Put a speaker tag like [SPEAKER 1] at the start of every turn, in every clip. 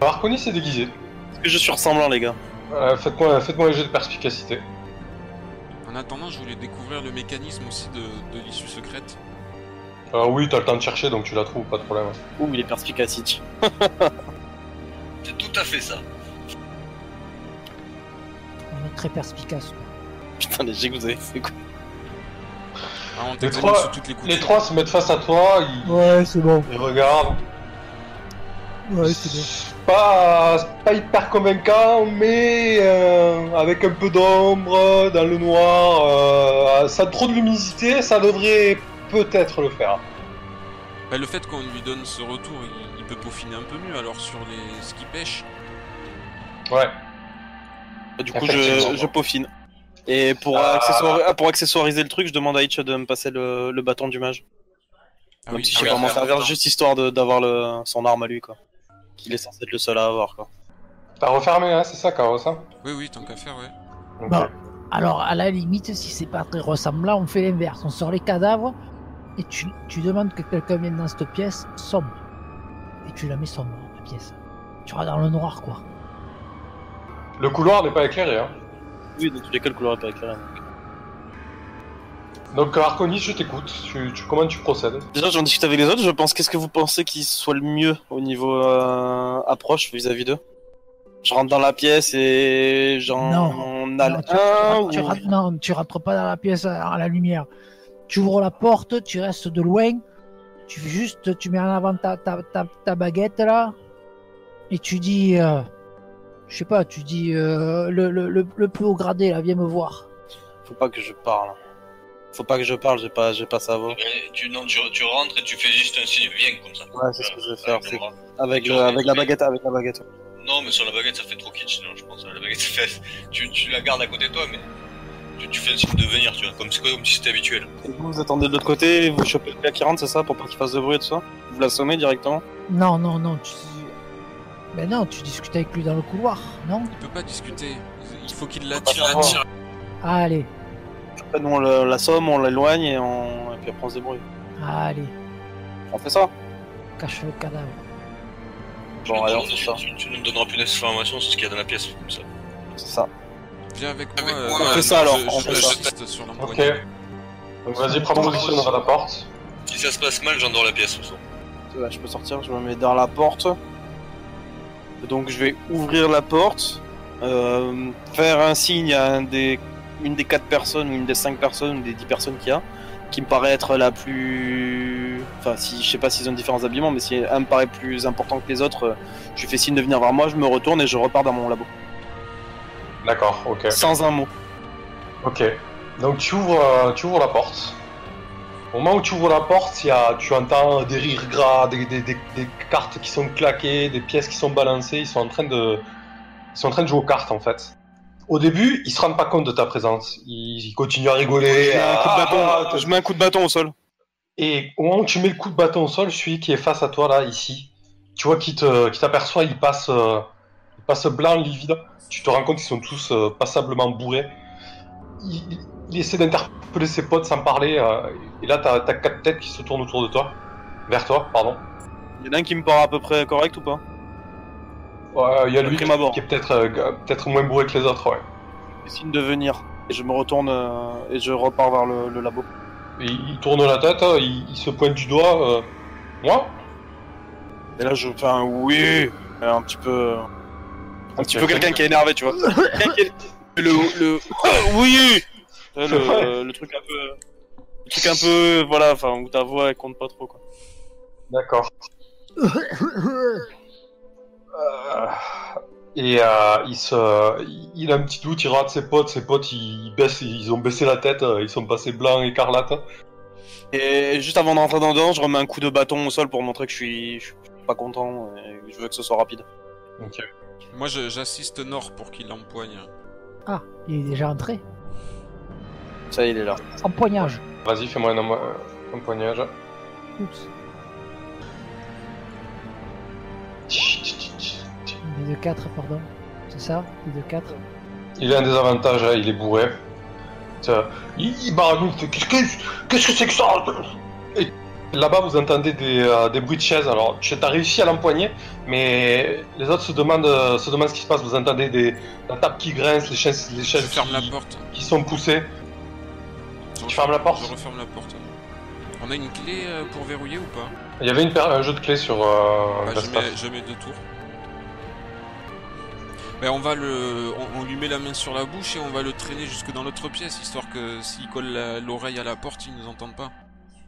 [SPEAKER 1] Marconi s'est déguisé.
[SPEAKER 2] Est-ce que je suis ressemblant, les gars
[SPEAKER 1] Euh, faites-moi, faites-moi un jeu de perspicacité.
[SPEAKER 3] En attendant, je voulais découvrir le mécanisme aussi de, de l'issue secrète.
[SPEAKER 1] Alors oui, t'as le temps de chercher, donc tu la trouves, pas de problème.
[SPEAKER 2] Ouh, il est perspicace.
[SPEAKER 4] C'est tout à fait ça.
[SPEAKER 5] On est très perspicace.
[SPEAKER 2] Putain, les jets que vous avez fait, quoi.
[SPEAKER 3] Ah, on
[SPEAKER 1] Les
[SPEAKER 3] t'examine
[SPEAKER 1] trois-
[SPEAKER 3] sous toutes les coutures.
[SPEAKER 1] Les trois se mettent face à toi, ils,
[SPEAKER 5] Ouais, c'est bon.
[SPEAKER 1] ils regardent.
[SPEAKER 5] Ouais, c'est bon.
[SPEAKER 1] c'est pas, c'est pas hyper convaincant, mais euh, avec un peu d'ombre dans le noir, euh, ça trop de luminosité, ça devrait peut-être le faire.
[SPEAKER 3] Bah, le fait qu'on lui donne ce retour, il, il peut peaufiner un peu mieux. Alors sur les ce qui pêche,
[SPEAKER 1] Ouais.
[SPEAKER 2] Bah, Du coup,
[SPEAKER 1] Effectivement.
[SPEAKER 2] je, je peaufine. Et pour,
[SPEAKER 1] Ah.
[SPEAKER 2] accessoir- ah, pour accessoiriser le truc, je demande à Itch de me passer le, le bâton du mage.
[SPEAKER 3] ah
[SPEAKER 2] Même
[SPEAKER 3] oui,
[SPEAKER 2] si je
[SPEAKER 3] tu
[SPEAKER 2] sais
[SPEAKER 3] vas
[SPEAKER 2] pas m'en
[SPEAKER 3] faire
[SPEAKER 2] servir,
[SPEAKER 3] autant.
[SPEAKER 2] juste histoire de- d'avoir le- son arme à lui, quoi. Qu'il est censé être le seul à avoir, quoi.
[SPEAKER 1] T'as refermé, hein, c'est ça, Caro, ça
[SPEAKER 3] Oui, oui, tant qu'à faire, ouais.
[SPEAKER 1] Ok.
[SPEAKER 5] Bah. Alors, à la limite, si c'est pas très ressemblant, on fait l'inverse. On sort les cadavres et tu, tu demandes que quelqu'un vienne dans cette pièce sombre. Et tu la mets sombre, la pièce. Tu auras dans le noir, quoi.
[SPEAKER 1] Le couloir n'est pas éclairé. Hein.
[SPEAKER 2] Oui, donc tous les cas, le couloir est pas éclairé.
[SPEAKER 1] Donc, Arconis, je t'écoute. Tu, tu- comment tu procèdes
[SPEAKER 2] Déjà, j'en discute avec les autres. Je pense, qu'est-ce que vous pensez qui soit le mieux au niveau euh, approche vis-à-vis d'eux Je rentre dans la pièce et j'en
[SPEAKER 5] Non.
[SPEAKER 2] a
[SPEAKER 5] Non, tu-
[SPEAKER 2] un
[SPEAKER 5] Tu
[SPEAKER 2] ou-
[SPEAKER 5] rentres- non, tu rentres pas dans la pièce à à la lumière. Tu ouvres la porte, tu restes de loin, tu fais juste, tu mets en avant ta, ta, ta, ta baguette là, et tu dis, euh, je sais pas, tu dis euh, le, le, le, le plus haut gradé là, viens me voir.
[SPEAKER 2] Faut pas que je parle. Faut pas que je parle, j'ai pas, j'ai pas ça vaut.
[SPEAKER 4] Et tu, non, tu, tu rentres et tu fais juste un signe, viens comme ça.
[SPEAKER 2] Ouais, c'est ce que je vais
[SPEAKER 4] Avec
[SPEAKER 2] faire.
[SPEAKER 4] le
[SPEAKER 2] c'est-
[SPEAKER 4] bras.
[SPEAKER 2] Avec, le- avec la baguette, avec la baguette.
[SPEAKER 4] Non, mais sur la baguette, ça fait trop kitsch, non, je pense. La baguette, ça fait... tu, tu la gardes à côté de toi, mais tu, tu fais le signe de venir, tu vois, comme, c'est comme si c'était habituel.
[SPEAKER 2] Et vous, vous attendez de l'autre côté, vous chopez le gars qui rentre, c'est ça, pour pas qu'il fasse de bruit et tout ça Vous l'assommez directement
[SPEAKER 5] Non, non, non, tu dis, ben non, tu discutes avec lui dans le couloir, non
[SPEAKER 3] Il peut pas discuter. Il faut qu'il l'attire.
[SPEAKER 2] Ah,
[SPEAKER 4] Ah,
[SPEAKER 1] savoir.
[SPEAKER 3] l'attire.
[SPEAKER 5] Allez,
[SPEAKER 2] Après, nous, on le- l'assomme, on l'éloigne et, on... et puis après, on se débrouille.
[SPEAKER 5] allez,
[SPEAKER 2] On fait ça
[SPEAKER 5] cache le cadavre.
[SPEAKER 4] Tu
[SPEAKER 2] Bon,
[SPEAKER 4] nous
[SPEAKER 2] allez, on
[SPEAKER 4] donnes-
[SPEAKER 2] fait ça.
[SPEAKER 4] Tu, tu ne me donneras plus d'informations sur ce qu'il y a dans la pièce, comme ça.
[SPEAKER 2] C'est ça.
[SPEAKER 3] Viens avec moi.
[SPEAKER 4] Avec
[SPEAKER 3] euh,
[SPEAKER 4] moi,
[SPEAKER 2] on
[SPEAKER 3] euh,
[SPEAKER 2] fait ça,
[SPEAKER 3] je-
[SPEAKER 2] alors,
[SPEAKER 3] je-
[SPEAKER 2] on
[SPEAKER 3] je
[SPEAKER 2] fait ça.
[SPEAKER 3] l'assiste sur la
[SPEAKER 1] Ok.
[SPEAKER 3] poignée.
[SPEAKER 1] Donc, vas-y, prends position devant la porte.
[SPEAKER 4] Si ça se passe mal, j'endors la pièce, de toute façon.
[SPEAKER 2] Là, je peux sortir, je me mets dans la porte. Donc je vais ouvrir la porte, euh, faire un signe à un des, une des quatre personnes, ou une des cinq personnes, ou des dix personnes qu'il y a, qui me paraît être la plus... Enfin, si, je sais pas s'ils ont différents habillements, mais si un me paraît plus important que les autres, euh, je lui fais signe de venir vers moi, je me retourne et je repars dans mon labo.
[SPEAKER 1] D'accord, ok.
[SPEAKER 2] Sans un mot.
[SPEAKER 1] Ok. Donc tu ouvres, euh, tu ouvres la porte. Au moment où tu ouvres la porte, il y a, tu entends des rires gras, des, des- des- des cartes qui sont claquées, des pièces qui sont balancées. Ils sont en train de, ils sont en train de jouer aux cartes en fait. Au début, ils se rendent pas compte de ta présence. Ils, ils continuent à rigoler.
[SPEAKER 2] je, mets un
[SPEAKER 1] à-
[SPEAKER 2] coup de bâton,
[SPEAKER 1] ah, ah,
[SPEAKER 2] je mets un coup de bâton au sol.
[SPEAKER 1] et au moment où tu mets le coup de bâton au sol, celui qui est face à toi là, ici, tu vois qu'il te- qu'il t'aperçoit, il passe, euh, il passe blanc, livide. Tu te rends compte qu'ils sont tous euh, passablement bourrés. Il, il- il essaie d'interpeller ses potes sans parler. euh, et là, t'as as quatre têtes qui se tournent autour de toi, vers toi, pardon.
[SPEAKER 2] Il y en a un qui me paraît à peu près correct ou pas
[SPEAKER 1] Ouais, Il y a lui
[SPEAKER 2] Prime
[SPEAKER 1] qui,
[SPEAKER 2] abord.
[SPEAKER 1] qui est peut-être euh, peut-être moins bourré que les autres. Ouais.
[SPEAKER 2] Je fais Signe de venir. Et je me retourne euh, et je repars vers le- le labo.
[SPEAKER 1] Il, il tourne la tête, hein, il, il se pointe du doigt. euh, Moi
[SPEAKER 2] Et là, je fais un oui, euh, un petit peu. Un petit
[SPEAKER 1] Ok.
[SPEAKER 2] peu quelqu'un qui est énervé, tu vois. Quelqu'un qui est- le. le... oui Euh,
[SPEAKER 1] C'est vrai.
[SPEAKER 2] le, le truc un peu. Le truc un peu. Voilà, enfin, où ta voix elle compte pas trop, quoi.
[SPEAKER 1] D'accord. Euh, et euh, il, se, il- il a un petit doute, il rate ses potes, ses potes ils, ils baissent, ils ont baissé la tête, euh, ils sont passés blancs, écarlates.
[SPEAKER 2] Et juste avant de rentrer dans dedans, je remets un coup de bâton au sol pour montrer que je suis, je suis pas content et que je veux que ce soit rapide.
[SPEAKER 1] euh,
[SPEAKER 3] Moi, je- j'assiste Nord pour qu'il l'empoigne.
[SPEAKER 5] Ah, il est déjà entré.
[SPEAKER 2] Ça y est, il est là.
[SPEAKER 5] Empoignage.
[SPEAKER 1] Vas-y, fais-moi un, emmo- un poignage.
[SPEAKER 5] Oups. Les de 4, pardon. C'est ça Les de 4
[SPEAKER 1] Il a un désavantage, hein, il est bourré. Euh, Tiens, Il, il baragouine, il fait, qu'est-ce que qu'est-ce que c'est que ça Et Là-bas, vous entendez des, euh, des bruits de chaises. Alors, tu as réussi à l'empoigner, mais les autres se demandent, euh, se demandent ce qui se passe. Vous entendez des, la table qui grince, les chaises, les
[SPEAKER 3] Je
[SPEAKER 1] chaises
[SPEAKER 3] ferme
[SPEAKER 1] qui,
[SPEAKER 3] la porte.
[SPEAKER 1] qui sont poussées.
[SPEAKER 3] Je
[SPEAKER 1] Tu fermes la porte
[SPEAKER 3] Je referme la porte. On a une clé euh, pour verrouiller ou pas
[SPEAKER 1] Il y avait une paire- un jeu de clés sur euh,
[SPEAKER 3] Bah, je,
[SPEAKER 1] Vespas.
[SPEAKER 3] mets, je mets deux tours. Bah, on va le, on, on lui met la main sur la bouche et on va le traîner jusque dans l'autre pièce, histoire que s'il colle la- l'oreille à la porte, il nous entende pas.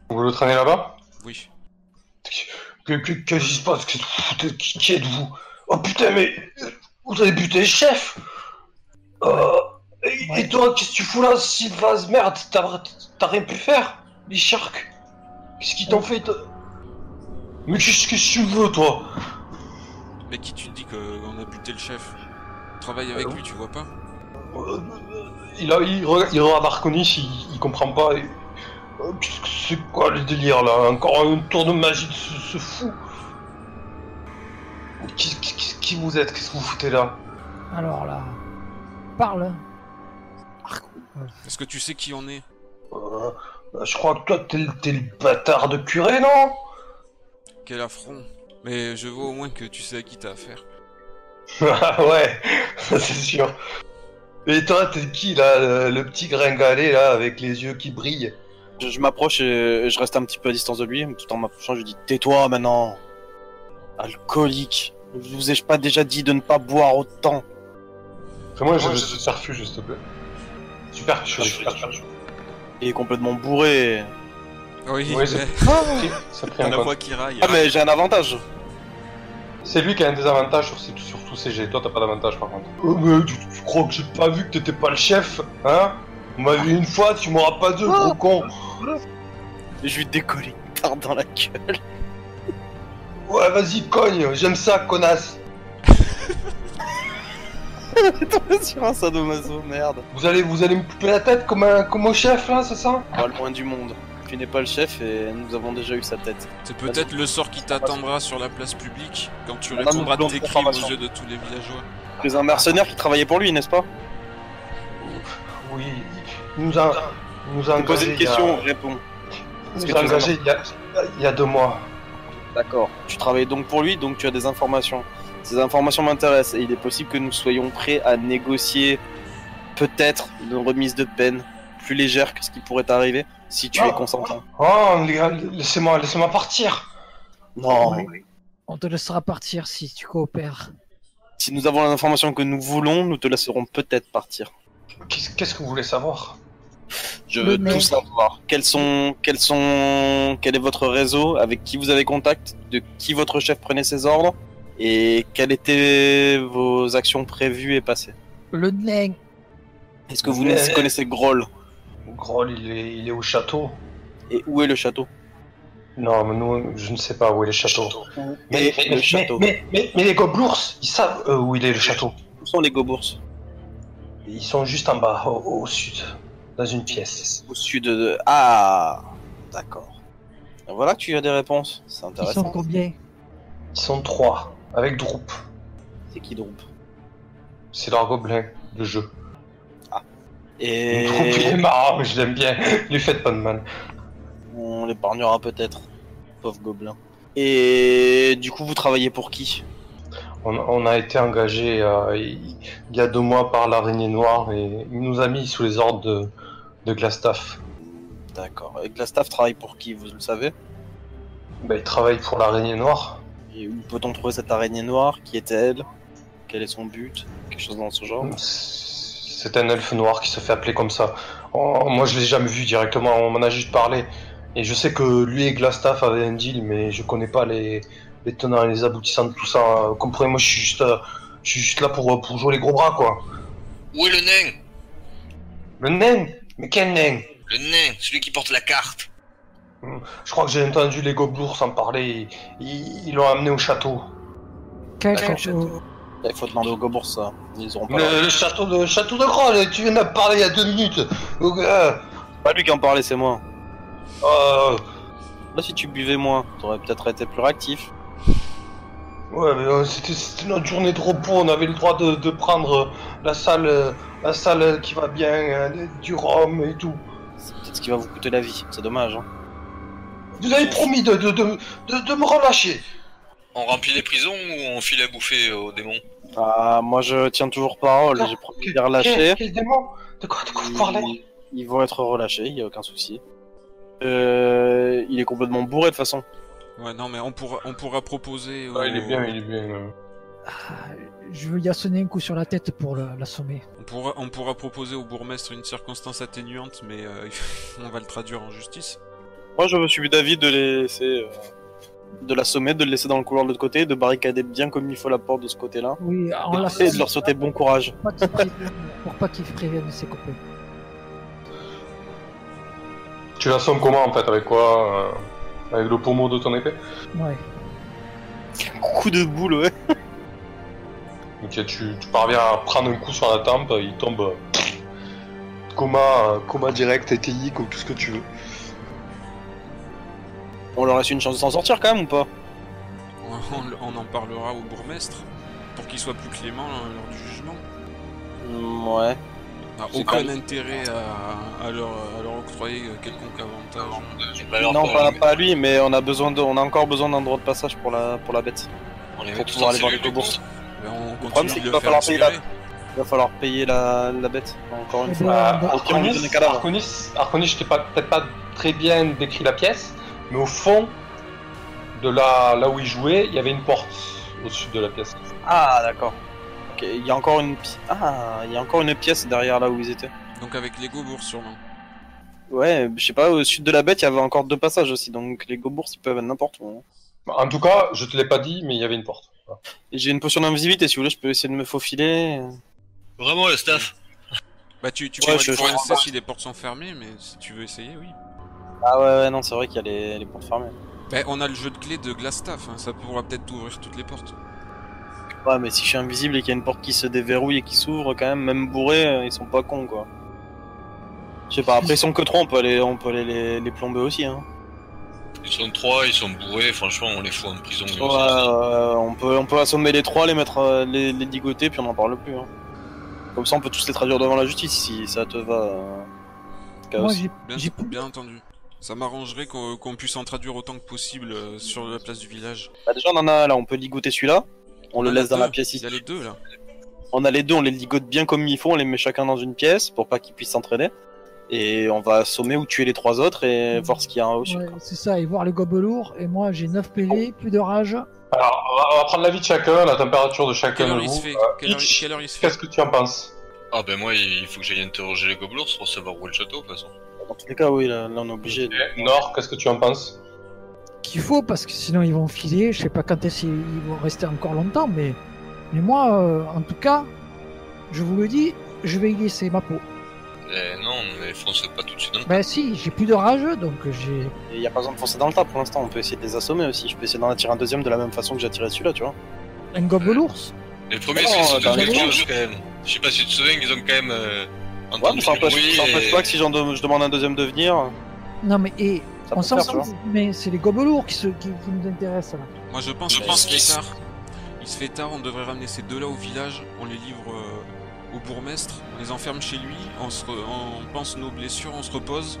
[SPEAKER 1] Vous le traînez là-bas
[SPEAKER 3] Oui.
[SPEAKER 1] Que- que- Qu'est-ce qui se passe Qu'est-ce que vous foutez Qui, qui êtes-vous Oh putain, mais euh, vous avez buté chef Euh, et, et
[SPEAKER 5] Ouais.
[SPEAKER 1] toi, qu'est-ce que tu fous là, Sylvas Merde, t'as t'as rien pu faire Les sharks Qu'est-ce qu'ils t'ont fait toi Mais qu'est-ce que tu veux, toi
[SPEAKER 3] Mais qui tu dis qu'on a buté le chef Travaille
[SPEAKER 1] Ah
[SPEAKER 3] avec lui, tu vois pas
[SPEAKER 1] Euh, euh, Il, a, il, re- il regarde Arconis, il, il comprend pas. et- Euh, qu'est-ce que c'est quoi le délire là Encore un tour de magie de ce, ce fou qui, qui- qui- qui vous êtes Qu'est-ce que vous foutez là
[SPEAKER 5] Alors là, parle. hein.
[SPEAKER 3] Est-ce que tu sais qui on est
[SPEAKER 1] Euh, euh, Je crois que toi t'es, le- t'es le bâtard de curé, non
[SPEAKER 3] Quel affront Mais je vois au moins que tu sais à qui t'as affaire.
[SPEAKER 1] Ah ouais, ça, c'est sûr. Et toi t'es qui là le, le petit gringalet là avec les yeux qui brillent
[SPEAKER 2] Je, je m'approche et je reste un petit peu à distance de lui, tout en m'approchant, je lui dis Tais-toi maintenant Alcoolique Ne vous ai-je pas déjà dit de ne pas boire autant
[SPEAKER 1] Fais-moi
[SPEAKER 4] j'ai
[SPEAKER 1] je
[SPEAKER 4] de
[SPEAKER 1] superfuge s'il te plaît. Superfuge, superfuge.
[SPEAKER 2] Il est complètement bourré
[SPEAKER 3] Oui,
[SPEAKER 1] Ouais,
[SPEAKER 3] mais...
[SPEAKER 1] c'est- Ça
[SPEAKER 3] on la voix qui raille.
[SPEAKER 2] Ah, mais j'ai un avantage
[SPEAKER 1] C'est lui qui a un désavantage sur, ces- sur tous ces jets. Toi, t'as pas d'avantage par contre. Oh, mais tu, tu crois que j'ai pas vu que t'étais pas le chef Hein On m'a vu une fois, tu m'auras pas deux, gros con
[SPEAKER 2] Et Je lui décolle une tarte dans la gueule
[SPEAKER 1] Ouais, vas-y, cogne J'aime ça, connasse
[SPEAKER 2] J'ai tombé sur un sadomaso, merde
[SPEAKER 1] Vous allez vous allez me couper la tête comme, un, comme au chef, là, c'est ça
[SPEAKER 2] Pas loin du monde. Tu n'es pas le chef et nous avons déjà eu sa tête.
[SPEAKER 3] C'est peut-être le sort qui t'attendra sur la place publique quand tu
[SPEAKER 2] Madame,
[SPEAKER 3] répondras de
[SPEAKER 2] nous
[SPEAKER 3] tes
[SPEAKER 2] voulons
[SPEAKER 3] crimes aux
[SPEAKER 2] information.
[SPEAKER 3] yeux de tous les villageois.
[SPEAKER 2] C'est un mercenaire qui travaillait pour lui, n'est-ce pas
[SPEAKER 1] Oui, il nous a... Il nous a
[SPEAKER 2] J'ai posé
[SPEAKER 1] engagé
[SPEAKER 2] une question,
[SPEAKER 1] il
[SPEAKER 2] réponds.
[SPEAKER 1] y a,
[SPEAKER 2] Est-ce
[SPEAKER 1] il
[SPEAKER 2] que
[SPEAKER 1] nous a
[SPEAKER 2] tu nous
[SPEAKER 1] engagé il y a, il y a deux mois.
[SPEAKER 2] D'accord. Tu travailles donc pour lui, donc tu as des informations. Ces informations m'intéressent et il est possible que nous soyons prêts à négocier peut-être une remise de peine plus légère que ce qui pourrait t'arriver si tu
[SPEAKER 1] Ah.
[SPEAKER 2] es consentant.
[SPEAKER 1] Oh, les gars, laissez-moi laissez-moi partir
[SPEAKER 2] Non.
[SPEAKER 5] On te laissera partir si tu coopères.
[SPEAKER 2] Si nous avons l'information que nous voulons, nous te laisserons peut-être partir.
[SPEAKER 1] Qu'est-ce qu'est-ce que vous voulez savoir
[SPEAKER 2] Je
[SPEAKER 5] Le
[SPEAKER 2] veux
[SPEAKER 5] maire.
[SPEAKER 2] tout savoir. Quels sont, quels sont, quel est votre réseau, avec qui vous avez contact, de qui votre chef prenait ses ordres, et quelles étaient vos actions prévues et passées.
[SPEAKER 5] Le nain,
[SPEAKER 2] Est-ce que vous
[SPEAKER 1] Mais-
[SPEAKER 2] connaissez Groll
[SPEAKER 1] Groll, il est, il est au château.
[SPEAKER 2] et où est le château
[SPEAKER 1] Non, mais nous, je ne sais pas où est le château.
[SPEAKER 2] Et le château.
[SPEAKER 1] Mais, mais- mais les gobelours, ils savent euh, où il est le château.
[SPEAKER 2] Où sont les Gobours
[SPEAKER 1] Ils sont juste en bas, au, au sud, dans une pièce.
[SPEAKER 2] Au sud de. Ah, d'accord. Voilà que tu as des réponses. C'est
[SPEAKER 5] ils sont
[SPEAKER 2] intéressant.
[SPEAKER 5] combien
[SPEAKER 1] Ils sont trois, avec Droop.
[SPEAKER 2] C'est qui Droop
[SPEAKER 1] C'est leur gobelin, le jeu.
[SPEAKER 2] Et
[SPEAKER 1] Droop, il est marrant, mais je l'aime bien. Lui faites pas de mal.
[SPEAKER 2] on l'épargnera peut-être. Pauvre gobelin. Et du coup, vous travaillez pour qui
[SPEAKER 1] On, on a été engagé euh, il il y a deux mois par l'araignée noire et il nous a mis sous les ordres de, de Glastaff.
[SPEAKER 2] D'accord. Et Glastaff travaille pour qui, vous le savez
[SPEAKER 1] Bah, il travaille pour l'araignée noire.
[SPEAKER 2] Et où peut-on trouver cette araignée noire Qui est-elle Quel est son but Quelque chose dans ce genre.
[SPEAKER 1] C'est un elfe noir qui se fait appeler comme ça. Oh, moi, je l'ai jamais vu directement, on m'en a juste parlé. Et je sais que lui et Glastaff avaient un deal, mais je connais pas les, les tenants et les aboutissants de tout ça. Euh, Comprenez, moi, je suis juste, euh, je suis juste là pour, euh, pour jouer les gros bras, quoi.
[SPEAKER 4] Où est le nain
[SPEAKER 1] Le nain Mais quel nain
[SPEAKER 4] Le nain, celui qui porte la carte.
[SPEAKER 1] Je crois que j'ai entendu les gobelours s'en parler. Ils ils l'ont amené au château.
[SPEAKER 5] Quel
[SPEAKER 4] D'accord,
[SPEAKER 5] château
[SPEAKER 2] Il faut demander au Gobours ça. Ils auront pas. leur-
[SPEAKER 1] Le, le château de château de Groll, tu viens de me parler il y a deux minutes. Donc, euh,
[SPEAKER 2] C'est Pas lui qui en parlait, c'est moi.
[SPEAKER 1] euh,
[SPEAKER 2] Là, si tu buvais moins, t'aurais peut-être été plus réactif.
[SPEAKER 1] Ouais, mais euh, c'était c'était notre journée de repos, on avait le droit de, de prendre euh, la salle, euh, la salle qui va bien, euh, du rhum et tout.
[SPEAKER 2] C'est peut-être ce qui va vous coûter la vie. C'est dommage. Hein.
[SPEAKER 1] Vous avez promis de, de, de, de, de me relâcher.
[SPEAKER 4] On remplit les prisons ou on file à bouffer aux démons
[SPEAKER 2] Ah, moi je tiens toujours parole, j'ai promis de les relâcher.
[SPEAKER 1] eh, Quel, quel démon Ah, De quoi, de quoi vous parlez
[SPEAKER 2] Ils, ils vont être relâchés, il n'y a aucun souci. Euh, il est complètement bourré de toute façon.
[SPEAKER 3] Ouais, non, mais on pourra, on pourra proposer.
[SPEAKER 1] Ouais, Il est
[SPEAKER 3] au-
[SPEAKER 1] bien, il est bien. euh.
[SPEAKER 5] Ah, Je veux lui assonner un coup sur la tête pour le- l'assommer.
[SPEAKER 3] On pourra, on pourra proposer au bourgmestre une circonstance atténuante, mais euh, on va le traduire en justice.
[SPEAKER 2] Moi je suis d'avis de laisser. euh, de l'assommer, de le laisser dans le couloir de l'autre côté, de barricader bien comme il faut la porte de ce côté-là.
[SPEAKER 5] Oui, on
[SPEAKER 2] Et
[SPEAKER 5] l'assomme
[SPEAKER 2] de leur souhaiter bon courage.
[SPEAKER 5] pour pas qu'il prévienne- pour pas qu'il prévienne ses copains.
[SPEAKER 1] Tu l'assommes comment en fait Avec quoi euh, Avec le pommeau de ton épée
[SPEAKER 5] Ouais.
[SPEAKER 2] Coup de boule, ouais.
[SPEAKER 1] Ok, tu, tu parviens à prendre un coup sur la tempe, il tombe. euh, Coma, euh, coma direct, étéique ou tout ce que tu veux.
[SPEAKER 2] On leur laisse une chance de s'en sortir quand même ou pas
[SPEAKER 3] On, on le- on en parlera au bourgmestre pour qu'il soit plus clément euh, lors du jugement.
[SPEAKER 2] Hmm, Ouais.
[SPEAKER 3] On n'a
[SPEAKER 4] C'est
[SPEAKER 3] aucun
[SPEAKER 4] pas-
[SPEAKER 3] intérêt à, à leur, à leur octroyer euh, quelconque avantage.
[SPEAKER 4] Je vais leur
[SPEAKER 2] non,
[SPEAKER 4] prendre,
[SPEAKER 2] pas,
[SPEAKER 4] mais
[SPEAKER 2] pas à lui, mais on a besoin de, on a encore besoin d'un droit de passage pour la, pour la bête.
[SPEAKER 4] On les
[SPEAKER 2] pour
[SPEAKER 4] met tous
[SPEAKER 2] pouvoir
[SPEAKER 4] en
[SPEAKER 2] aller voir
[SPEAKER 4] cellule,
[SPEAKER 2] les
[SPEAKER 4] du coup.
[SPEAKER 2] cobourses.
[SPEAKER 3] Ben, on
[SPEAKER 2] problème,
[SPEAKER 3] continue
[SPEAKER 2] c'est
[SPEAKER 3] de
[SPEAKER 2] qu'il
[SPEAKER 3] le
[SPEAKER 2] va
[SPEAKER 3] faire
[SPEAKER 2] falloir payer la-
[SPEAKER 3] espérer.
[SPEAKER 2] Il va falloir payer la, la bête, encore une
[SPEAKER 5] Eh
[SPEAKER 2] fois.
[SPEAKER 5] ben,
[SPEAKER 1] Ah,
[SPEAKER 5] bah,
[SPEAKER 2] on lui donne
[SPEAKER 1] Arconis,
[SPEAKER 2] des cadavres.
[SPEAKER 1] Arconis, Arconis, je t'ai pas- peut-être pas très bien décrit la pièce, mais au fond de là, là où il jouait, il y avait une porte au sud de la pièce.
[SPEAKER 2] Ah, d'accord. Ok, il y a encore une pi- Ah, il y a encore une pièce derrière là où ils étaient.
[SPEAKER 3] Donc avec les gobours sûrement.
[SPEAKER 2] Ouais, je sais pas, au sud de la bête, il y avait encore deux passages aussi, donc les gobours, ils peuvent être n'importe où. hein.
[SPEAKER 1] Bah, En tout cas, je te l'ai pas dit, mais il y avait une porte. Voilà.
[SPEAKER 2] Et J'ai une potion d'invisibilité, si vous voulez, je peux essayer de me faufiler.
[SPEAKER 4] Vraiment, le staff
[SPEAKER 3] Bah tu, tu
[SPEAKER 2] Ouais,
[SPEAKER 3] peux
[SPEAKER 2] je-
[SPEAKER 3] pour
[SPEAKER 2] je-
[SPEAKER 3] l'instant si les portes sont fermées, mais si tu veux essayer, oui.
[SPEAKER 2] Ah ouais, ouais, non, c'est vrai qu'il y a les, les portes fermées.
[SPEAKER 3] Ben, on a le jeu de clé de Glastaff, hein, ça pourra peut-être t'ouvrir toutes les portes.
[SPEAKER 2] Ouais, mais si je suis invisible et qu'il y a une porte qui se déverrouille et qui s'ouvre, quand même, même bourré, euh, ils sont pas cons, quoi. Je sais pas, après, ils sont que trois, on peut aller, on peut aller les, les plomber aussi, hein.
[SPEAKER 4] Ils sont trois, ils sont bourrés, franchement, on les fout en prison.
[SPEAKER 2] Ouais, euh, on, peut, on peut assommer les trois, les mettre, euh, les, les ligoter, puis on n'en parle plus. hein. Comme ça, on peut tous les traduire devant la justice si ça te va. euh, Chaos.
[SPEAKER 5] Moi, j'ai-
[SPEAKER 3] Bien,
[SPEAKER 5] j'ai plus-
[SPEAKER 3] bien entendu. Ça m'arrangerait qu'on qu'on puisse en traduire autant que possible euh, sur la place du village.
[SPEAKER 2] Bah, déjà, on en a un, là, on peut ligoter celui-là. On le
[SPEAKER 3] en a
[SPEAKER 2] laisse dans la
[SPEAKER 3] deux.
[SPEAKER 2] pièce
[SPEAKER 3] Il y
[SPEAKER 2] ici.
[SPEAKER 3] a les deux là.
[SPEAKER 2] On a les deux, on les ligote bien comme il faut, on les met chacun dans une pièce pour pas qu'ils puissent s'entraîner. Et on va assommer ou tuer les trois autres et voir ce qu'il y a au-dessus.
[SPEAKER 5] ouais, c'est ça, et voir les gobelours. Et moi, j'ai 9 PV,
[SPEAKER 2] Oh.
[SPEAKER 5] plus de rage.
[SPEAKER 1] Alors, on va, on va prendre la vie de chacun, la température de chacun
[SPEAKER 3] Quelle
[SPEAKER 1] de
[SPEAKER 3] heure il se
[SPEAKER 1] vous.
[SPEAKER 3] fait
[SPEAKER 1] Euh,
[SPEAKER 3] Quelle heure,
[SPEAKER 1] Hitch,
[SPEAKER 3] quelle heure il se fait
[SPEAKER 1] Qu'est-ce que tu en penses
[SPEAKER 4] Ah, ben moi, il faut que j'aille interroger les gobelours pour savoir où est le château, de toute façon.
[SPEAKER 2] Dans tous les cas, oui, là, là, on est obligé. de-
[SPEAKER 1] Eh, Nord, qu'est-ce que tu en penses
[SPEAKER 5] qu'il faut parce que sinon ils vont filer. Je sais pas quand est-ce qu'ils vont rester encore longtemps, mais, mais moi, euh, en tout cas, je vous le dis, je vais y laisser ma peau.
[SPEAKER 4] Eh non, mais fonce pas tout de suite. hein.
[SPEAKER 5] Ben si, j'ai plus de rage, donc j'ai.
[SPEAKER 2] Et il n'y a pas besoin de foncer dans le tas pour l'instant, on peut essayer de les assommer aussi. Je peux essayer d'en attirer un deuxième de la même façon que j'ai attiré celui-là, tu vois.
[SPEAKER 5] Un gobelours
[SPEAKER 4] Les premiers,
[SPEAKER 2] Non,
[SPEAKER 4] c'est ceux de
[SPEAKER 2] dans les
[SPEAKER 4] Gobelours,
[SPEAKER 2] rues.
[SPEAKER 4] quand même. Je sais pas si tu te souviens, ils ont quand même. euh,
[SPEAKER 2] Ouais,
[SPEAKER 4] entendu
[SPEAKER 2] mais ça
[SPEAKER 4] du
[SPEAKER 2] empêche,
[SPEAKER 4] bruit
[SPEAKER 2] ça empêche
[SPEAKER 4] et-
[SPEAKER 2] pas que si j'en dem- je demande un deuxième de venir,
[SPEAKER 5] Non mais et
[SPEAKER 2] ça
[SPEAKER 5] on
[SPEAKER 2] peut
[SPEAKER 5] s'en
[SPEAKER 2] faire, tu
[SPEAKER 5] fout,
[SPEAKER 2] vois.
[SPEAKER 5] mais c'est les gobelours qui, se, qui, qui nous intéressent là.
[SPEAKER 3] Moi je pense
[SPEAKER 4] Je
[SPEAKER 3] qu'il
[SPEAKER 4] pense
[SPEAKER 3] se
[SPEAKER 4] qu'il
[SPEAKER 3] fait
[SPEAKER 4] se-
[SPEAKER 3] tard. Il se fait tard, on devrait ramener ces deux-là au village, on les livre euh, au bourgmestre, on les enferme chez lui, on, se re- on pense nos blessures, on se repose,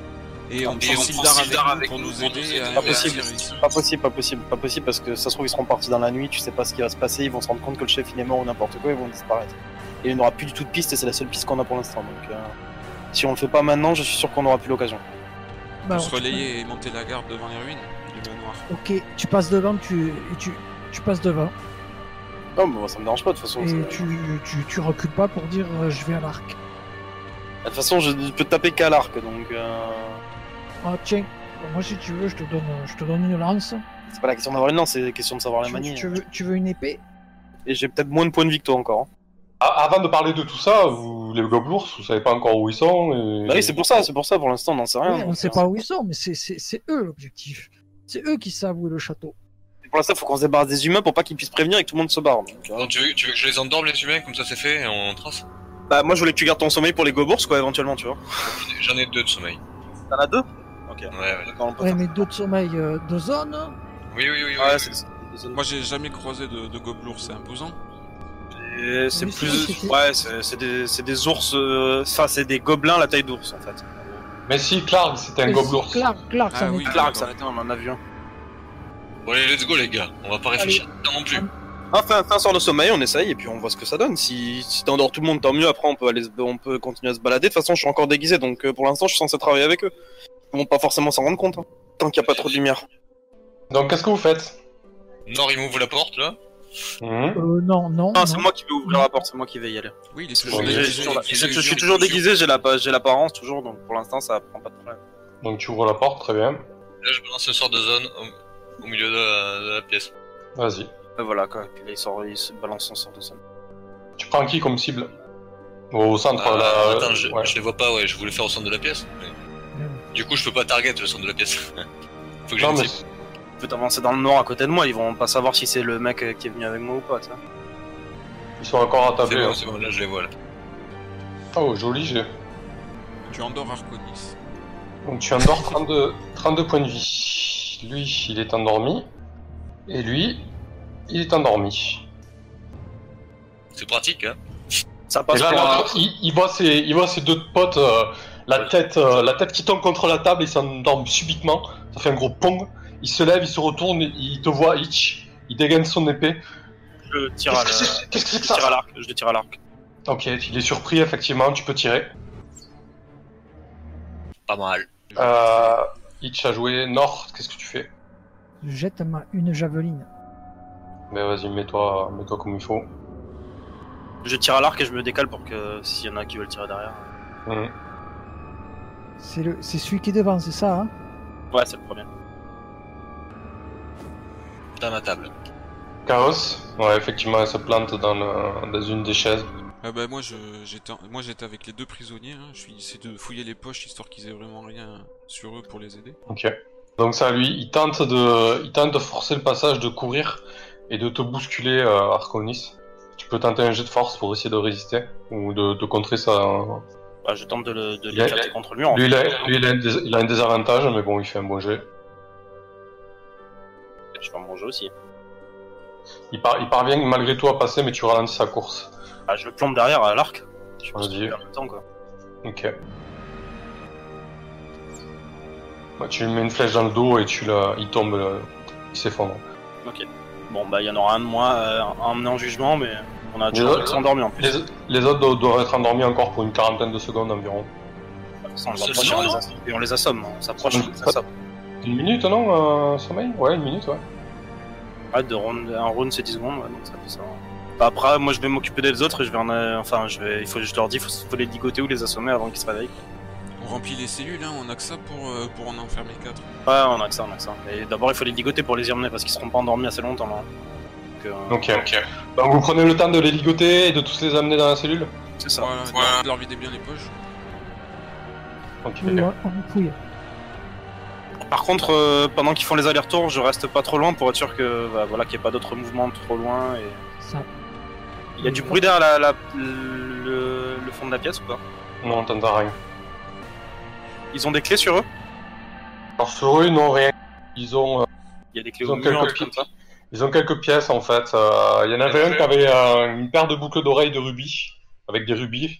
[SPEAKER 3] et on
[SPEAKER 4] Et
[SPEAKER 3] prend
[SPEAKER 4] on
[SPEAKER 3] Sildar
[SPEAKER 4] prend
[SPEAKER 3] avec,
[SPEAKER 4] Sildar
[SPEAKER 3] nous
[SPEAKER 4] avec
[SPEAKER 3] pour
[SPEAKER 4] nous
[SPEAKER 3] nous
[SPEAKER 4] pour nous
[SPEAKER 3] aider
[SPEAKER 4] aider
[SPEAKER 3] à
[SPEAKER 4] à
[SPEAKER 2] partir
[SPEAKER 3] partir ici.
[SPEAKER 2] Pas possible, pas possible, pas possible, parce que ça se trouve, ils seront partis dans la nuit, tu sais pas ce qui va se passer, ils vont se rendre compte que le chef il est mort ou n'importe quoi, ils vont disparaître. Et il n'y aura plus du tout de piste, et c'est la seule piste qu'on a pour l'instant. Donc, euh, si on le fait pas maintenant, je suis sûr qu'on n'aura plus l'occasion.
[SPEAKER 5] Ben,
[SPEAKER 3] On peut
[SPEAKER 5] alors,
[SPEAKER 3] se
[SPEAKER 5] tu
[SPEAKER 3] relayer et monter la garde devant les ruines du manoir.
[SPEAKER 5] passes- Ok, tu passes devant, tu et tu, tu passes devant
[SPEAKER 2] Non, mais moi, ça me dérange pas, de toute façon.
[SPEAKER 5] et
[SPEAKER 2] c'est-
[SPEAKER 5] tu, tu, tu recules pas pour dire euh, je vais à l'arc.
[SPEAKER 2] Ah, De toute façon, je ne peux taper qu'à l'arc, donc. euh,
[SPEAKER 5] Ah tiens, moi si tu veux, je te donne, je te donne une lance.
[SPEAKER 2] C'est pas la question d'avoir une lance, c'est la question de savoir la
[SPEAKER 5] Tu-
[SPEAKER 2] manier.
[SPEAKER 5] tu veux, tu veux une épée
[SPEAKER 2] Et j'ai peut-être moins de points de victoire encore. hein.
[SPEAKER 1] A- Avant de parler de tout ça, vous, les gobelours, vous savez pas encore où ils sont. et-
[SPEAKER 2] Bah oui, c'est pour ça, c'est pour ça, pour l'instant, on n'en sait rien.
[SPEAKER 5] Ouais, on
[SPEAKER 2] donc,
[SPEAKER 5] sait
[SPEAKER 2] euh,
[SPEAKER 5] pas où ils sont, mais c'est- c'est c'est eux l'objectif. C'est eux qui savent où est le château.
[SPEAKER 2] Pour l'instant, faut qu'on se débarrasse des humains pour pas qu'ils puissent prévenir et que tout le monde se barre. donc, euh,
[SPEAKER 4] Non, tu, veux, tu veux que je les endorme, les humains, comme ça c'est fait, et on trace
[SPEAKER 2] Bah, moi, je voulais que tu gardes ton sommeil pour les gobours, quoi, éventuellement, tu vois.
[SPEAKER 4] J'en ai deux de sommeil.
[SPEAKER 2] T'en as deux
[SPEAKER 4] Ouais, ouais.
[SPEAKER 2] D'accord, on peut
[SPEAKER 5] Ouais,
[SPEAKER 2] faire-
[SPEAKER 5] mais deux de sommeil, euh, deux zones.
[SPEAKER 4] Oui, oui, oui. oui.
[SPEAKER 2] Ouais, c'est- c'est-
[SPEAKER 3] Moi j'ai jamais croisé de, de gobelours, c'est imposant.
[SPEAKER 2] c'est- c'est
[SPEAKER 5] Oui,
[SPEAKER 2] plus.
[SPEAKER 5] c'est-
[SPEAKER 2] Ouais, c'est c'est des, c'est des ours. euh, Enfin, c'est des gobelins à la taille d'ours, en fait.
[SPEAKER 1] Mais si, Clark, c'était un
[SPEAKER 5] Et
[SPEAKER 1] gobelour.
[SPEAKER 5] si Clark, Clark,
[SPEAKER 3] Ah
[SPEAKER 5] ça
[SPEAKER 3] oui.
[SPEAKER 2] Clark, ça arrêté, on en avion.
[SPEAKER 4] Bon, allez, let's go, les gars. On va pas réfléchir tant non plus.
[SPEAKER 2] Enfin, Ah, fin sort le sommeil, on essaye et puis on voit ce que ça donne. Si, si t'endors tout le monde, tant mieux. Après, on peut aller, se- on peut continuer à se balader. De toute façon, je suis encore déguisé, donc euh, pour l'instant, je suis censé travailler avec eux. Ils vont pas forcément s'en rendre compte, hein, tant qu'il n'y a pas trop de lumière.
[SPEAKER 1] Donc qu'est-ce que vous faites
[SPEAKER 4] Nord, il m'ouvre la porte, là.
[SPEAKER 1] Mhm.
[SPEAKER 5] Euh, non, non.
[SPEAKER 2] Ah, c'est
[SPEAKER 5] non.
[SPEAKER 2] moi qui vais ouvrir la porte, c'est moi qui vais y aller.
[SPEAKER 3] Oui, il est toujours
[SPEAKER 1] Ouais,
[SPEAKER 2] Je,
[SPEAKER 1] j'ai-
[SPEAKER 3] déguisé,
[SPEAKER 2] suis
[SPEAKER 3] il
[SPEAKER 2] toujours-
[SPEAKER 3] fait
[SPEAKER 2] je- je
[SPEAKER 3] illusion
[SPEAKER 2] suis toujours
[SPEAKER 3] d'illusion.
[SPEAKER 2] déguisé, j'ai la- j'ai l'apparence toujours, donc pour l'instant, ça prend pas de problème.
[SPEAKER 1] Donc tu ouvres la porte, très bien.
[SPEAKER 4] Là, je balance un sort de zone au, au milieu de la, de la pièce.
[SPEAKER 1] Vas-y.
[SPEAKER 2] Et voilà, quoi. Et Puis là, il, sort, il se balance son sort de somme.
[SPEAKER 1] Tu prends qui comme cible Au centre,
[SPEAKER 4] Ah,
[SPEAKER 1] là.
[SPEAKER 4] attends, je,
[SPEAKER 1] ouais.
[SPEAKER 4] je les vois pas, ouais, je voulais faire au centre de la pièce. mais- Du coup, je peux pas target le centre de la pièce. Faut que j'ai
[SPEAKER 1] Non,
[SPEAKER 4] une
[SPEAKER 1] mais
[SPEAKER 4] cible.
[SPEAKER 2] Tu peux t'avancer dans le noir à côté de moi, ils vont pas savoir si c'est le mec euh, qui est venu avec moi ou pas, tu sais.
[SPEAKER 1] ils sont encore
[SPEAKER 4] C'est
[SPEAKER 1] attablés.
[SPEAKER 4] bon, c'est bon, là, je les vois, là.
[SPEAKER 1] Oh, joli j'ai.
[SPEAKER 3] Tu endors Arconis.
[SPEAKER 1] Donc tu endors 32, 32 points de vie. Lui, il est endormi. Et lui, il est endormi.
[SPEAKER 4] C'est pratique, hein.
[SPEAKER 2] Ça
[SPEAKER 1] Et
[SPEAKER 2] passe
[SPEAKER 1] là,
[SPEAKER 2] pour un-
[SPEAKER 1] l'autre, il, il voit ses, il voit ses deux potes, euh, la,
[SPEAKER 4] Ouais.
[SPEAKER 1] tête, euh, la tête qui tombe contre la table, il s'endorme subitement. Ça fait un gros pong. Il se lève, il se retourne, il te voit, Hitch. Il dégaine son épée.
[SPEAKER 2] Je le tire à
[SPEAKER 1] Qu'est-ce que
[SPEAKER 2] la-
[SPEAKER 1] c'est Qu'est-ce que c'est que
[SPEAKER 2] je le tire à
[SPEAKER 1] ça
[SPEAKER 2] l'arc. Je le tire à l'arc.
[SPEAKER 1] Ok, il est surpris, effectivement, tu peux tirer.
[SPEAKER 4] Pas mal.
[SPEAKER 1] Euh, Hitch a joué Nord, qu'est-ce que tu fais
[SPEAKER 5] Jette ma- une javeline.
[SPEAKER 1] Ben vas-y, mets-toi mets comme il faut.
[SPEAKER 2] Je tire à l'arc et je me décale pour que s'il y en a qui veulent tirer derrière.
[SPEAKER 1] Mhm.
[SPEAKER 5] C'est le- c'est celui qui est devant, c'est ça hein
[SPEAKER 2] Ouais, c'est le premier.
[SPEAKER 4] Dans ma table.
[SPEAKER 1] Chaos Ouais, effectivement, elle se plante dans, le- dans une des chaises.
[SPEAKER 3] Ah bah moi je j'étais en- moi j'étais avec les deux prisonniers. hein. Je suis essayé de fouiller les poches histoire qu'ils aient vraiment rien sur eux pour les aider.
[SPEAKER 1] Ok. Donc ça, lui, il tente de, il tente de forcer le passage, de courir et de te bousculer, euh, Arconis. Tu peux tenter un jet de force pour essayer de résister ou de, de contrer ça.
[SPEAKER 2] Bah, je tente de le de
[SPEAKER 1] Il a-
[SPEAKER 2] l'éclater contre le mur. en
[SPEAKER 1] Lui,
[SPEAKER 2] fait.
[SPEAKER 1] il a, lui, il a un, dés- il a un désavantage, mais bon, il fait un bon jet.
[SPEAKER 2] Je vais mon jeu aussi.
[SPEAKER 1] Il, par- il parvient malgré tout à passer, mais tu ralentis sa course.
[SPEAKER 2] Ah, je le plombe derrière à l'arc. Je pense que
[SPEAKER 1] Vas-y.
[SPEAKER 2] je perds le temps, quoi.
[SPEAKER 1] Ok. Bah, tu lui mets une flèche dans le dos et tu la, il tombe, euh, il s'effondre.
[SPEAKER 2] Bon, bah, il y en aura un de moins euh, à emmener en jugement, mais on a
[SPEAKER 1] Mais
[SPEAKER 2] déjà
[SPEAKER 1] là-
[SPEAKER 2] s'endormi en plus.
[SPEAKER 1] Les, les autres do- doivent être endormis encore pour une quarantaine de secondes environ.
[SPEAKER 2] De toute façon, on
[SPEAKER 4] Ce
[SPEAKER 2] l'approche et on
[SPEAKER 4] soir,
[SPEAKER 2] les
[SPEAKER 4] non
[SPEAKER 2] ass- et on les assomme. hein. On s'approche,
[SPEAKER 1] Mmh.
[SPEAKER 2] on les assomme.
[SPEAKER 1] Une minute, non, euh, sommeil Ouais, une minute, ouais.
[SPEAKER 2] Ouais, de round, un round c'est 10 secondes, ouais, donc ça fait ça. Bah, après, moi je vais m'occuper des autres et je vais en. euh, Enfin, je, vais, il faut, je leur dis, faut, faut les ligoter ou les assommer avant qu'ils se réveillent.
[SPEAKER 3] On remplit les cellules, hein, on a que ça pour, euh, pour en enfermer 4.
[SPEAKER 2] Ouais, on a que ça, on a que ça. Et d'abord, il faut les ligoter pour les y emmener parce qu'ils seront pas endormis assez longtemps là. Donc, euh,
[SPEAKER 1] Ok. Donc vous prenez le temps de les ligoter et de tous les amener dans la cellule
[SPEAKER 2] c'est ça.
[SPEAKER 3] Voilà,
[SPEAKER 4] Ouais.
[SPEAKER 3] de leur vider bien les poches.
[SPEAKER 1] Ok.
[SPEAKER 5] Oui, on, on les fouille.
[SPEAKER 2] Par contre, euh, pendant qu'ils font les allers-retours, je reste pas trop loin pour être sûr que bah, voilà, qu'il n'y ait pas d'autres mouvements trop loin. Et...
[SPEAKER 5] Ça.
[SPEAKER 2] Il y a du bruit derrière la, la- le, le fond de la pièce ou pas
[SPEAKER 1] Non, t'entends rien.
[SPEAKER 2] Ils ont des clés sur eux
[SPEAKER 1] Alors sur eux, ils n'ont rien. Ils ont, euh,
[SPEAKER 2] Il y a des clés
[SPEAKER 1] ils
[SPEAKER 2] au
[SPEAKER 1] ont
[SPEAKER 2] mur, un
[SPEAKER 1] quelques
[SPEAKER 2] truc comme
[SPEAKER 1] pièces.
[SPEAKER 2] ça.
[SPEAKER 1] Ils ont quelques pièces en fait. Euh, Il y en avait un qui avait euh, une paire de boucles d'oreilles de rubis, avec des rubis.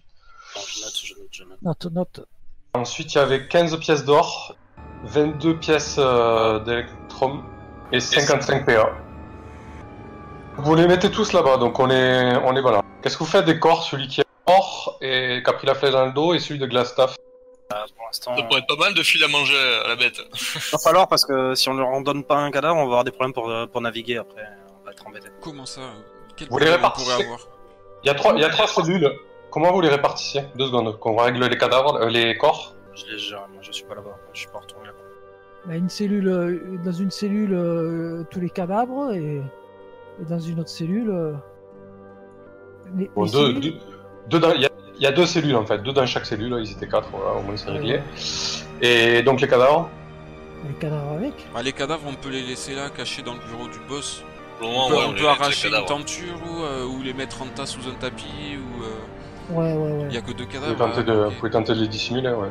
[SPEAKER 2] Bon, je note, je note, je note.
[SPEAKER 5] Note, note.
[SPEAKER 1] Ensuite, il y avait 15 pièces d'or, 22 pièces euh, d'électrum et 55 PA. Vous les mettez tous là-bas, donc on est, on est voilà. Qu'est-ce que vous faites des corps Celui qui est mort et qui a pris la flèche dans le dos et celui de Glastaff.
[SPEAKER 2] Ah, pour l'instant,
[SPEAKER 4] Ça pourrait être pas mal de fil à manger à la bête.
[SPEAKER 2] il va falloir parce que si on leur en donne pas un cadavre, on va avoir des problèmes pour, euh, pour naviguer après. On va être embêté.
[SPEAKER 3] Comment ça euh, Quel
[SPEAKER 1] Vous les
[SPEAKER 3] problème on
[SPEAKER 1] répartissez
[SPEAKER 3] pourrait avoir
[SPEAKER 1] Il y a trois, il y a trois cellules. Comment vous les répartissez Deux secondes, qu'on règle les cadavres, euh, les corps.
[SPEAKER 2] Je les gère, moi je suis pas là-bas, je suis pas retourné là-bas.
[SPEAKER 5] Bah, une cellule, euh, dans une cellule, euh, tous les cadavres et, et dans une autre cellule. euh, les-
[SPEAKER 1] Bon,
[SPEAKER 5] les
[SPEAKER 1] deux,
[SPEAKER 5] cellules.
[SPEAKER 1] deux- deux dans- il y a- il y, a deux cellules en fait, deux dans chaque cellule. Ils étaient quatre, voilà, au moins c'est réglé. Et donc les cadavres.
[SPEAKER 5] Les cadavres avec.
[SPEAKER 3] Bah, Les cadavres, on peut les laisser là, cachés dans le bureau du boss.
[SPEAKER 4] Pour le
[SPEAKER 3] On
[SPEAKER 4] moment,
[SPEAKER 3] peut,
[SPEAKER 4] ouais,
[SPEAKER 3] on
[SPEAKER 4] les-
[SPEAKER 3] peut
[SPEAKER 4] les
[SPEAKER 3] arracher une
[SPEAKER 4] cadavres.
[SPEAKER 3] tenture ou, euh, ou les mettre en tas sous un tapis ou euh,
[SPEAKER 5] Ouais, ouais, ouais.
[SPEAKER 3] y a que deux
[SPEAKER 1] Vous
[SPEAKER 3] cadavres.
[SPEAKER 1] pouvez tenter de,
[SPEAKER 3] euh,
[SPEAKER 1] vous pouvez tenter de les dissimuler, ouais.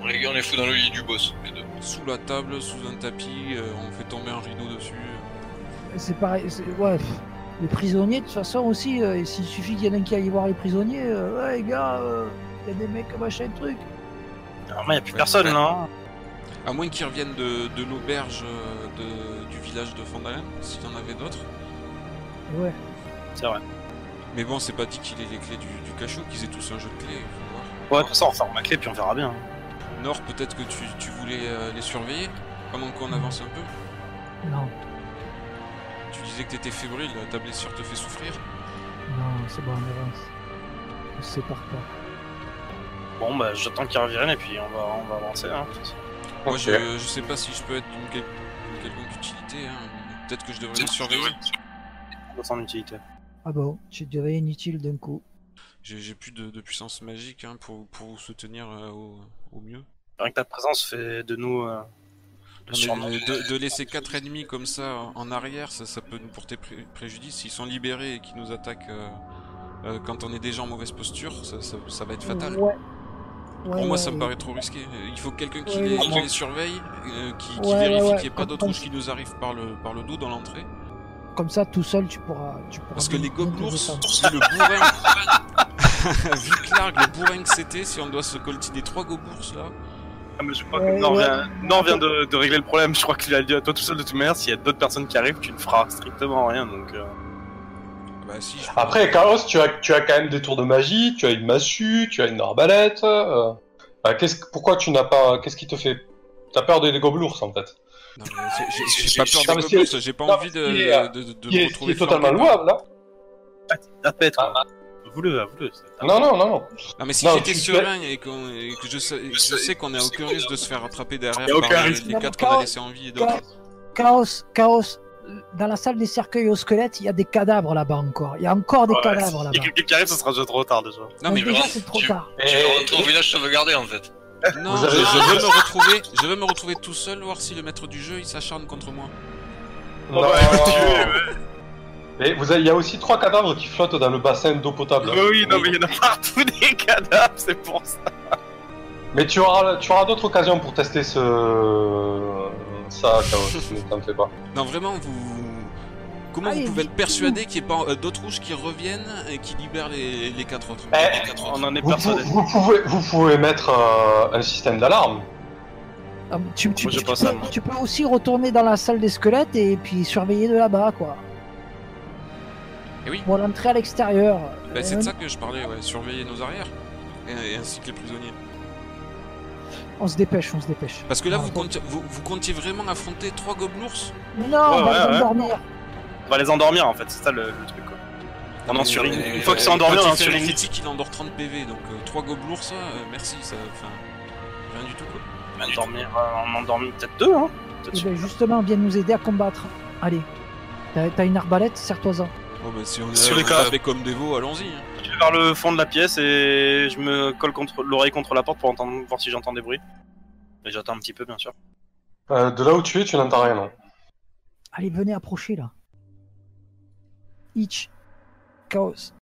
[SPEAKER 4] On les, on les fout dans le lit du boss, les deux.
[SPEAKER 3] ok. Sous la table, sous un tapis, euh, on fait tomber un rideau dessus.
[SPEAKER 5] C'est pareil, c'est- ouais. pff. Les prisonniers, de toute façon, aussi, euh, et s'il euh, suffit qu'il y en ait un qui aille voir les prisonniers, euh, ouais, les gars, il y a des mecs, machin, truc.
[SPEAKER 2] Normalement, il n'y a plus
[SPEAKER 3] Ouais.
[SPEAKER 2] personne, non
[SPEAKER 3] À moins qu'ils reviennent de, de l'auberge euh, de- du village de Fandalen, s'il y en avait d'autres.
[SPEAKER 5] Ouais.
[SPEAKER 2] C'est vrai.
[SPEAKER 3] Mais bon, c'est pas dit qu'il ait les clés du, du cachot, qu'ils aient tous un jeu de clés. faut voir.
[SPEAKER 2] Ouais, de toute façon, on ferme la clé, puis on verra bien.
[SPEAKER 3] Nord, peut-être que tu, tu voulais euh, les surveiller pendant qu'on avance un peu.
[SPEAKER 5] Non,
[SPEAKER 3] Tu disais que t'étais fébrile, ta blessure te fait souffrir.
[SPEAKER 5] non, c'est bon, on avance. On se sépare pas.
[SPEAKER 2] Bon, bah, j'attends qu'ils reviennent, et puis on va, on va avancer. Hein, de toute façon.
[SPEAKER 3] Moi,
[SPEAKER 1] Ok.
[SPEAKER 3] je, je sais pas si je peux être d'une quel- d'une quelconque utilité. hein. Peut-être que je devrais les surveiller.
[SPEAKER 2] Pas sans utilité.
[SPEAKER 5] Ah bon, tu deviens inutile d'un coup.
[SPEAKER 3] J'ai j'ai plus de, de puissance magique hein, pour, pour vous soutenir euh, au, au mieux.
[SPEAKER 2] Rien que ta présence fait de nous. euh, le
[SPEAKER 3] Non, mais,
[SPEAKER 2] surnom.
[SPEAKER 3] euh, de, de laisser quatre ennemis comme ça en- en arrière, ça, ça peut nous porter pré- préjudice. S'ils sont libérés et qu'ils nous attaquent euh, euh, quand on est déjà en mauvaise posture, ça, ça- ça va être fatal.
[SPEAKER 5] Ouais.
[SPEAKER 3] Pour
[SPEAKER 5] Ouais,
[SPEAKER 3] moi,
[SPEAKER 5] ouais,
[SPEAKER 3] ça me
[SPEAKER 5] ouais.
[SPEAKER 3] paraît trop risqué. Euh, Il faut quelqu'un qui,
[SPEAKER 5] Ouais,
[SPEAKER 3] les,
[SPEAKER 5] ouais.
[SPEAKER 3] qui les surveille, euh, qui, qui
[SPEAKER 5] Ouais, ouais,
[SPEAKER 3] vérifie
[SPEAKER 5] ouais,
[SPEAKER 3] qu'il n'y ait pas d'autres
[SPEAKER 5] comme-
[SPEAKER 3] rouges qui nous arrivent par le, par le dos dans l'entrée.
[SPEAKER 5] Comme ça, tout seul, tu pourras. Tu pourras
[SPEAKER 3] Parce que
[SPEAKER 5] bien-
[SPEAKER 3] les
[SPEAKER 5] bien te
[SPEAKER 3] gobelours,
[SPEAKER 5] défendre.
[SPEAKER 3] vu le bourrin, vu Clark, le bourrin que c'était, si on doit se coltiner trois gobours là,
[SPEAKER 2] Ah, mais je crois
[SPEAKER 5] Ouais,
[SPEAKER 2] que Nord
[SPEAKER 5] ouais.
[SPEAKER 2] vient, Nord vient de, de régler le problème. Je crois qu'il a dit à toi tout seul de toute manière. S'il y a d'autres personnes qui arrivent, tu ne feras strictement rien. Donc, euh,
[SPEAKER 3] bah si. Je...
[SPEAKER 1] Après, Chaos, tu as, tu as quand même des tours de magie, tu as une massue, tu as une arbalète. euh, bah, qu'est-ce que- pourquoi tu n'as pas. Qu'est-ce qui te fait. T'as peur des, des gobelours en fait.
[SPEAKER 3] Non, mais j'ai- j'ai j'ai pas
[SPEAKER 1] j'ai-
[SPEAKER 3] peur
[SPEAKER 1] non,
[SPEAKER 3] des
[SPEAKER 1] mais c'est-
[SPEAKER 3] gobours, j'ai pas
[SPEAKER 1] non,
[SPEAKER 3] envie de,
[SPEAKER 1] il est, euh,
[SPEAKER 3] de, de,
[SPEAKER 1] Qui
[SPEAKER 3] de me
[SPEAKER 1] est, qui
[SPEAKER 3] retrouver
[SPEAKER 1] est totalement
[SPEAKER 3] flanqué par-
[SPEAKER 1] louable hein. là.
[SPEAKER 2] la paix, toi.
[SPEAKER 1] Ah,
[SPEAKER 2] Vous-le, à vous-le.
[SPEAKER 3] Ah
[SPEAKER 1] Non, non, non, non.
[SPEAKER 3] Non mais si
[SPEAKER 1] Non,
[SPEAKER 3] j'étais
[SPEAKER 1] tu-
[SPEAKER 3] serein et, qu'on- et que je sais, et que je
[SPEAKER 4] sais-
[SPEAKER 3] sais qu'on a
[SPEAKER 4] je sais
[SPEAKER 3] aucun
[SPEAKER 4] qu'on
[SPEAKER 3] risque
[SPEAKER 4] a-
[SPEAKER 3] de se faire attraper derrière
[SPEAKER 2] Y a
[SPEAKER 3] par
[SPEAKER 2] aucun
[SPEAKER 3] les-
[SPEAKER 2] risque.
[SPEAKER 3] les
[SPEAKER 5] Non, mais
[SPEAKER 3] quatre qu'on a
[SPEAKER 5] quand-
[SPEAKER 3] laissés en vie et d'autres.
[SPEAKER 5] Chaos, chaos, chaos. Dans la salle des cercueils aux squelettes, il y a des cadavres là-bas encore. Il y a encore des cadavres
[SPEAKER 2] Il y a
[SPEAKER 5] là-bas.
[SPEAKER 2] quelqu'un qui arrive, ce sera déjà trop tard déjà.
[SPEAKER 3] Non
[SPEAKER 5] Donc
[SPEAKER 3] mais
[SPEAKER 5] déjà,
[SPEAKER 4] voilà,
[SPEAKER 5] c'est trop
[SPEAKER 4] tu-
[SPEAKER 5] tard.
[SPEAKER 4] Tu
[SPEAKER 1] Et-
[SPEAKER 4] le retrouves au village sauvegardé en fait.
[SPEAKER 3] non,
[SPEAKER 1] Vous
[SPEAKER 3] je,
[SPEAKER 1] avez-
[SPEAKER 3] je veux me retrouver, je veux me retrouver tout seul, voir si le maître du jeu il s'acharne contre moi.
[SPEAKER 1] Non.
[SPEAKER 2] bah, tu es,
[SPEAKER 1] Et vous avez- il y a aussi trois cadavres qui flottent dans le bassin d'eau potable.
[SPEAKER 2] Bah oui, non, mais il y en a partout des cadavres, c'est pour ça.
[SPEAKER 1] Mais tu auras, tu auras d'autres occasions pour tester ce. Ça, Chaos, ne t'en fais pas.
[SPEAKER 3] Non vraiment, vous, comment
[SPEAKER 5] Allez,
[SPEAKER 3] vous pouvez être
[SPEAKER 5] dis-nous.
[SPEAKER 3] persuadé qu'il n'y ait pas euh, d'autres rouges qui reviennent et qui libèrent les, les quatre autres
[SPEAKER 1] Eh,
[SPEAKER 3] Les quatre
[SPEAKER 2] On
[SPEAKER 3] autres.
[SPEAKER 2] en est
[SPEAKER 1] Vous, pou-
[SPEAKER 2] persuadé.
[SPEAKER 1] vous pouvez, vous pouvez mettre euh, un système d'alarme.
[SPEAKER 5] Ah, Tu, tu-
[SPEAKER 2] Moi, j'ai
[SPEAKER 5] tu
[SPEAKER 2] pas
[SPEAKER 5] peux,
[SPEAKER 2] ça, moi.
[SPEAKER 5] tu peux aussi retourner dans la salle des squelettes et puis surveiller de là-bas, quoi.
[SPEAKER 3] Eh oui.
[SPEAKER 5] Bon, l'entrée à l'extérieur.
[SPEAKER 3] Bah, c'est
[SPEAKER 5] Euh,
[SPEAKER 3] de ça que je parlais, ouais, surveiller nos arrières et, et ainsi que les prisonniers.
[SPEAKER 5] On se dépêche, on se dépêche.
[SPEAKER 3] Parce que là
[SPEAKER 5] Ah,
[SPEAKER 3] vous
[SPEAKER 5] bon.
[SPEAKER 3] comptiez, vous, vous comptiez vraiment affronter trois gobelours
[SPEAKER 5] Non, bah,
[SPEAKER 2] Ouais,
[SPEAKER 5] on va
[SPEAKER 2] ouais, ouais.
[SPEAKER 5] dormir.
[SPEAKER 2] On va les endormir en fait, c'est ça le, le truc quoi. On en surligne.
[SPEAKER 3] Euh,
[SPEAKER 2] hein, Une fois qu'ils
[SPEAKER 3] euh,
[SPEAKER 2] sont endormis,
[SPEAKER 3] quand
[SPEAKER 2] on
[SPEAKER 3] il
[SPEAKER 2] en
[SPEAKER 3] fait un
[SPEAKER 2] surligne.
[SPEAKER 3] critique, il endort 30 PV, donc euh, trois gobelours, ça, euh, merci, ça, enfin, rien du tout quoi.
[SPEAKER 2] On endormir, euh, on endormit peut-être deux, hein. Peut-être
[SPEAKER 5] Eh
[SPEAKER 2] sûr.
[SPEAKER 5] ben, justement, viens nous aider à combattre. Allez. T'as t'as une arbalète, serre-toi-en.
[SPEAKER 3] Bon bah si on est
[SPEAKER 2] Sur
[SPEAKER 3] on
[SPEAKER 2] les
[SPEAKER 3] est
[SPEAKER 2] cas-
[SPEAKER 3] tapé comme des veaux, allons-y. hein.
[SPEAKER 2] Je vais vers le fond de la pièce et je me colle contre l'oreille contre la porte pour entendre, voir si j'entends des bruits. Et j'attends un petit peu, bien sûr.
[SPEAKER 1] Euh, de là où tu es, tu n'entends rien, non
[SPEAKER 5] Allez, venez approcher là. Itch. Chaos.